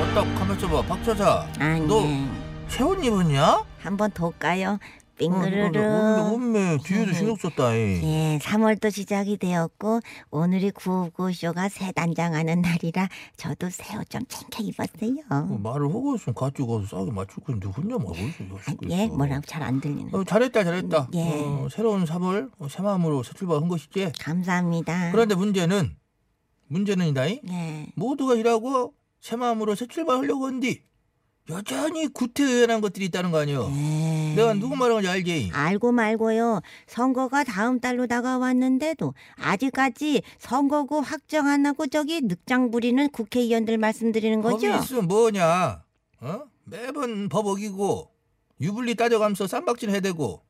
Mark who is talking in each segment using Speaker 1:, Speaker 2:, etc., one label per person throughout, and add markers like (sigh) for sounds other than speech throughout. Speaker 1: 왔다 가만 있어봐 박자자
Speaker 2: 아니
Speaker 1: 너 새옷 입었냐?
Speaker 2: 한 번 더 까요
Speaker 1: 어,
Speaker 2: 빙그르르
Speaker 1: 음메 뒤에도 신경 썼다 이.
Speaker 2: 예, 3월도 시작이 되었고 오늘이 구호구쇼가 새 단장하는 날이라 저도 새 옷 좀 챙겨
Speaker 1: 뭐
Speaker 2: 입었어요
Speaker 1: 말을 하고 있으면 같이 가서 싸게 맞출 건데 혼자 말고 있어
Speaker 2: 아,
Speaker 1: 여시고
Speaker 2: 예,
Speaker 1: 있어.
Speaker 2: 뭐라고 잘 안 들리는
Speaker 1: 어, 잘했다 잘했다
Speaker 2: 예.
Speaker 1: 어, 새로운 3월 어, 새 마음으로 새 출발한 것이지
Speaker 2: 감사합니다
Speaker 1: 그런데 문제는 문제는 이다이
Speaker 2: 예,
Speaker 1: 모두가 일하고 새 마음으로 새 출발하려고 한디 여전히 구태의연한 것들이 있다는 거 아니여
Speaker 2: 예.
Speaker 1: 내가 누구 말하는지 알지
Speaker 2: 알고 말고요. 선거가 다음 달로 다가왔는데도 아직까지 선거구 확정 안 하고 저기 늑장 부리는 국회의원들 말씀드리는 거죠?
Speaker 1: 법이 있으면 뭐냐? 어? 매번 법 어기고 유불리 따져가면서 쌈박질 해대고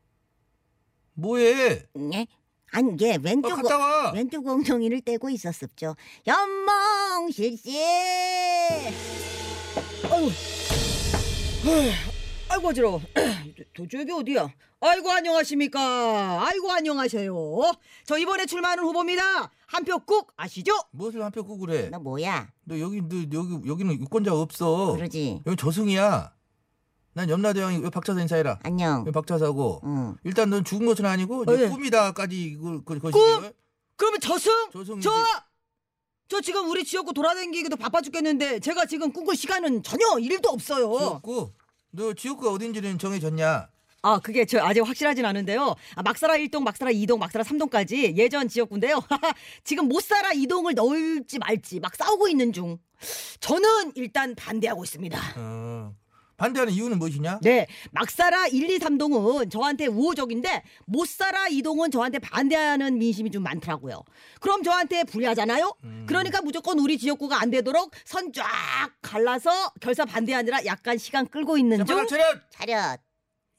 Speaker 1: 뭐해?
Speaker 2: 예? 아니, 예,
Speaker 1: 어,
Speaker 2: 왼쪽
Speaker 1: 갔다 와.
Speaker 2: 왼쪽 엉덩이를 떼고 있었습죠. 연몽 실시.
Speaker 3: 아유, 에휴, 아이고 어지러워. (clears throat) 도- 도저히 이게 어디야? 아이고 안녕하십니까? 아이고 안녕하세요. 저 이번에 출마하는 후보입니다. 한 표 꾹 아시죠?
Speaker 1: 무엇을 한표 끄고 그래?
Speaker 2: 너 뭐야?
Speaker 1: 너 여기 너 여기 여기는 유권자 없어.
Speaker 2: 그러지.
Speaker 1: 여기 저승이야. 난 염라대왕이 왜 박차사 인사해라.
Speaker 2: 안녕.
Speaker 1: 왜 박차사고.
Speaker 2: 응.
Speaker 1: 일단 넌 죽은 것은 아니고
Speaker 3: 어,
Speaker 1: 네
Speaker 3: 예.
Speaker 1: 꿈이다까지 이걸 그 것이.
Speaker 3: 꿈? 그러면 저승?
Speaker 1: 저승.
Speaker 3: 저! 저 지금 우리 지역구 돌아다니기도 바빠 죽겠는데 제가 지금 꿈꿀 시간은 전혀 일도 없어요.
Speaker 1: 지옥구. 너 지옥구가 어딘지는 정해졌냐?
Speaker 3: 아 그게 저 아직 확실하진 않은데요. 아, 막사라 1동, 막사라 2동, 막사라 3동까지 예전 지역구인데요. (laughs) 지금 못사라 2동을 넣을지 말지 막 싸우고 있는 중. 저는 일단 반대하고 있습니다.
Speaker 1: 어. 반대하는 이유는 무엇이냐?
Speaker 3: 네, 막사라 1, 2, 3동은 저한테 우호적인데 못사라 2동은 저한테 반대하는 민심이 좀 많더라고요. 그럼 저한테 불리하잖아요.
Speaker 1: 음.
Speaker 3: 그러니까 무조건 우리 지역구가 안 되도록 선 쫙 갈라서 결사 반대하느라 약간 시간 끌고 있는
Speaker 1: 자,
Speaker 3: 중.
Speaker 1: 바로 차렷.
Speaker 2: 차렷.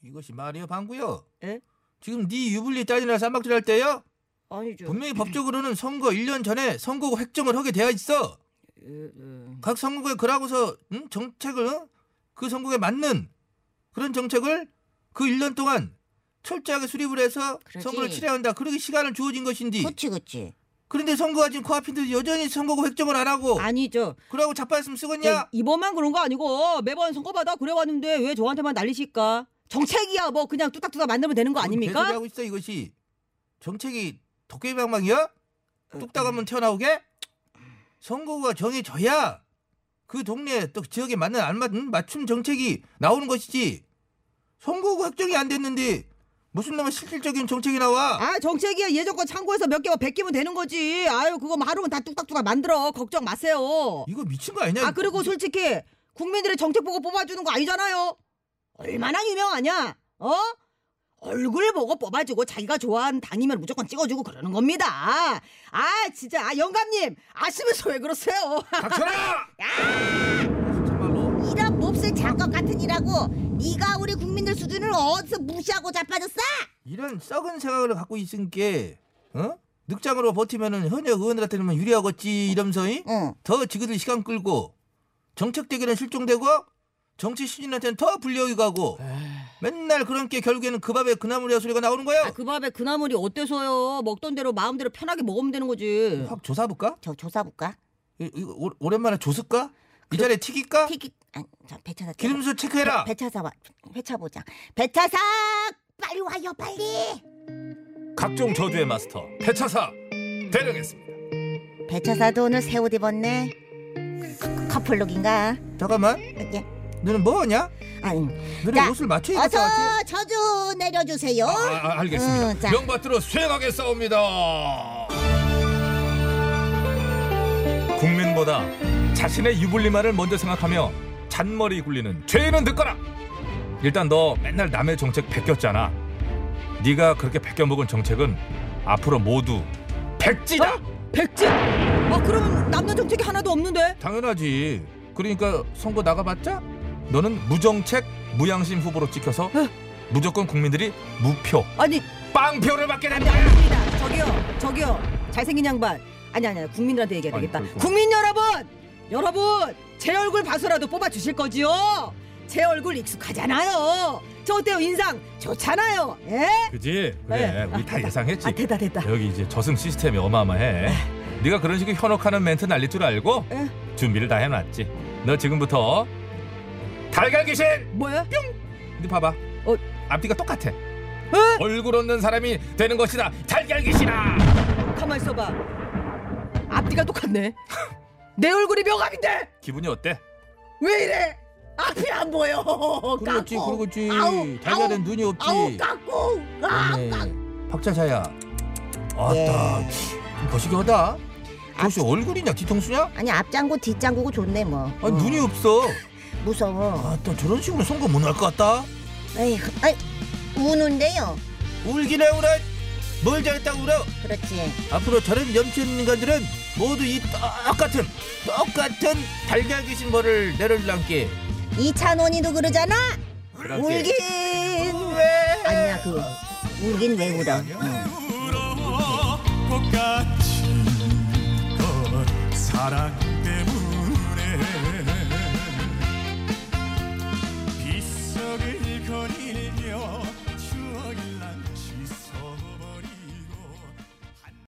Speaker 1: 이것이 말이여 방구여.
Speaker 3: 예?
Speaker 1: 지금 네 유불리 따지나 쌈박질 할 때요?
Speaker 2: 예.
Speaker 3: 아니죠.
Speaker 1: 분명히 법적으로는 선거 1년 전에 선거 획정을 하게 되어 있어.
Speaker 2: 예,
Speaker 1: 각 선거에 그러고서 응? 정책을 응? 그 선거에 맞는 그런 정책을 그 1년 동안 철저하게 수립을 해서
Speaker 2: 그러지.
Speaker 1: 선거를 치러야 한다. 그러기 시간을 주어진 것인지.
Speaker 2: 그치 그치.
Speaker 1: 그런데 선거가 지금 코앞인데 여전히 선거 획정을 안 하고
Speaker 3: 아니죠.
Speaker 1: 그러고 자빠졌으면
Speaker 2: 네.
Speaker 1: 쓰겠냐?
Speaker 3: 이번만 그런 거 아니고 매번 선거받아 그래왔는데 왜 저한테만 난리실까? 정책이야 뭐 그냥 뚝딱뚝딱 만들면 되는 거
Speaker 1: 계속
Speaker 3: 아닙니까?
Speaker 1: 하고 있어 이것이 정책이 도깨비방망이야? 뚝딱하면 튀어나오게? 선거가 정해져야 그 동네 또 지역에 맞는 안 맞는 맞춤 정책이 나오는 것이지. 선거가 확정이 안 됐는데 무슨 놈의 실질적인 정책이 나와?
Speaker 3: 아 정책이야 예전거 참고해서 몇 개만 베끼면 되는 거지. 아유 그거 뭐 하루면 다 뚝딱뚝딱 만들어 걱정 마세요.
Speaker 1: 이거 미친 거 아니냐?
Speaker 3: 아 그리고 솔직히 국민들의 정책 보고 뽑아주는 거 아니잖아요. 얼마나 유명하냐? 어? 얼굴 보고 뽑아주고 자기가 좋아하는 당이면 무조건 찍어주고 그러는 겁니다. 아 진짜 아 영감님 아시면서 왜 그러세요? (laughs) 아,
Speaker 1: 닥쳐라!
Speaker 2: 이런 몹쓸 장갑 같은 이라고 네가 우리 국민들 수준을 어디서 무시하고 자빠졌어?
Speaker 1: 이런 썩은 생각을 갖고 있은 게 어? 늑장으로 버티면은 현역 의원들한테는 뭐 유리하겠지 이러면서 이?
Speaker 2: 응.
Speaker 1: 더 지그들 시간 끌고 정책 대결은 실종되고 정치 신인한테는 더 불리하게 가고 맨날 그런 게 결국에는 그 밥에 그나물이야 소리가 나오는 거예요.
Speaker 3: 아, 그 밥에 그 나물이 어때서요? 먹던 대로 마음대로 편하게 먹으면 되는 거지.
Speaker 1: 확 조사 볼까?
Speaker 2: 저 조사 볼까?
Speaker 1: 이- 이거 오- 오랜만에 조스까? 이 자리에 튀길까?
Speaker 2: 티기. 아니, 저 배차사.
Speaker 1: 기름수 체크해라.
Speaker 2: 배차사 와. 배차 보자. 배차사 빨리 와요 빨리.
Speaker 4: 각종 저주의 마스터 배차사 대령했습니다.
Speaker 2: 배차사도 오늘 새 옷 입었네. 커플룩인가?
Speaker 1: 잠깐만,
Speaker 2: 예.
Speaker 1: 너는 뭐하냐?
Speaker 2: 아니.
Speaker 1: 너는
Speaker 2: 자,
Speaker 1: 옷을 맞춰야 될것 같아.
Speaker 2: 어서 저주 내려주세요.
Speaker 4: 아, 아, 알겠습니다.
Speaker 2: 음, 자.
Speaker 4: 명받들어 수행하게 싸웁니다. 국민보다 자신의 유불리만을 먼저 생각하며 잔머리 굴리는 죄인은 듣거라. 일단 너 맨날 남의 정책 베꼈잖아. 네가 그렇게 베껴먹은 정책은 앞으로 모두
Speaker 1: 백지다.
Speaker 2: 어?
Speaker 3: 백지? 아 그럼 남녀 정책이 하나도 없는데?
Speaker 1: 당연하지. 그러니까 선거 나가봤자 너는 무정책 무양심 후보로 찍혀서
Speaker 2: 어?
Speaker 3: 에?
Speaker 1: 무조건 국민들이 무표
Speaker 3: 아니
Speaker 1: 빵표를 받게
Speaker 3: 아니
Speaker 1: 된다.
Speaker 3: 아닙니다. 저기요, 저기요. 잘생긴 양반. 아니 아니 아니, 국민들한테 얘기해야
Speaker 1: 아니,
Speaker 3: 되겠다.
Speaker 1: 그리고-
Speaker 3: 국민 여러분, 여러분 제 얼굴 봐서라도 뽑아 주실 거지요. 제 얼굴 익숙하잖아요. 저 어때요 인상 좋잖아요. 예?
Speaker 1: 그지? 그래
Speaker 3: 네.
Speaker 1: 우리 다 예상했지.
Speaker 3: 아 됐다 됐다.
Speaker 1: 여기 이제 저승 시스템이 어마어마해. 네가 그런 식으로 현혹하는 멘트 날릴 줄 알고
Speaker 3: 에?
Speaker 1: 준비를 다 해놨지. 너 지금부터 달걀 귀신.
Speaker 3: 뭐야?
Speaker 1: 근데 봐봐.
Speaker 3: 어?
Speaker 1: 앞뒤가 똑같아. 얼굴 없는 사람이 되는 것이다. 달걀 귀신아.
Speaker 3: 가만 있어봐. 앞뒤가 똑같네. 내 얼굴이 명함인데
Speaker 1: 기분이 어때?
Speaker 3: 왜 이래? 앞이 안 보여.
Speaker 1: 그렇지,
Speaker 3: 깎고.
Speaker 1: 그렇지.
Speaker 3: 아우,
Speaker 1: 달걀엔
Speaker 3: 아우,
Speaker 1: 눈이 없지.
Speaker 3: 아우 깎고. 아,
Speaker 1: 네.
Speaker 3: 깎고.
Speaker 1: 박차차야. 아따.
Speaker 3: 네.
Speaker 1: 좀 거시기하다.
Speaker 3: 아,
Speaker 1: 혹시 얼굴이냐 뒤통수냐?
Speaker 2: 아니 앞장구 뒷장구고 좋네 뭐.
Speaker 1: 아니 눈이 없어.
Speaker 2: 무서워.
Speaker 1: 아따 저런 식으로 선거 못 날 것 같다.
Speaker 2: 에이, 아이, 우는데요.
Speaker 5: 울긴 해 울어. 뭘 잘했다고 울어.
Speaker 2: 그렇지.
Speaker 5: 앞으로 저런 염치는 인간들은 모두 이 똑같은 똑같은 달걀 귀신 벌을 내려줄랑께
Speaker 2: 이찬원이도 그러잖아. 울긴
Speaker 5: 왜?
Speaker 2: 아니야 그 울긴 왜 울어? 응.
Speaker 6: 울어 똑같이 걸 사랑해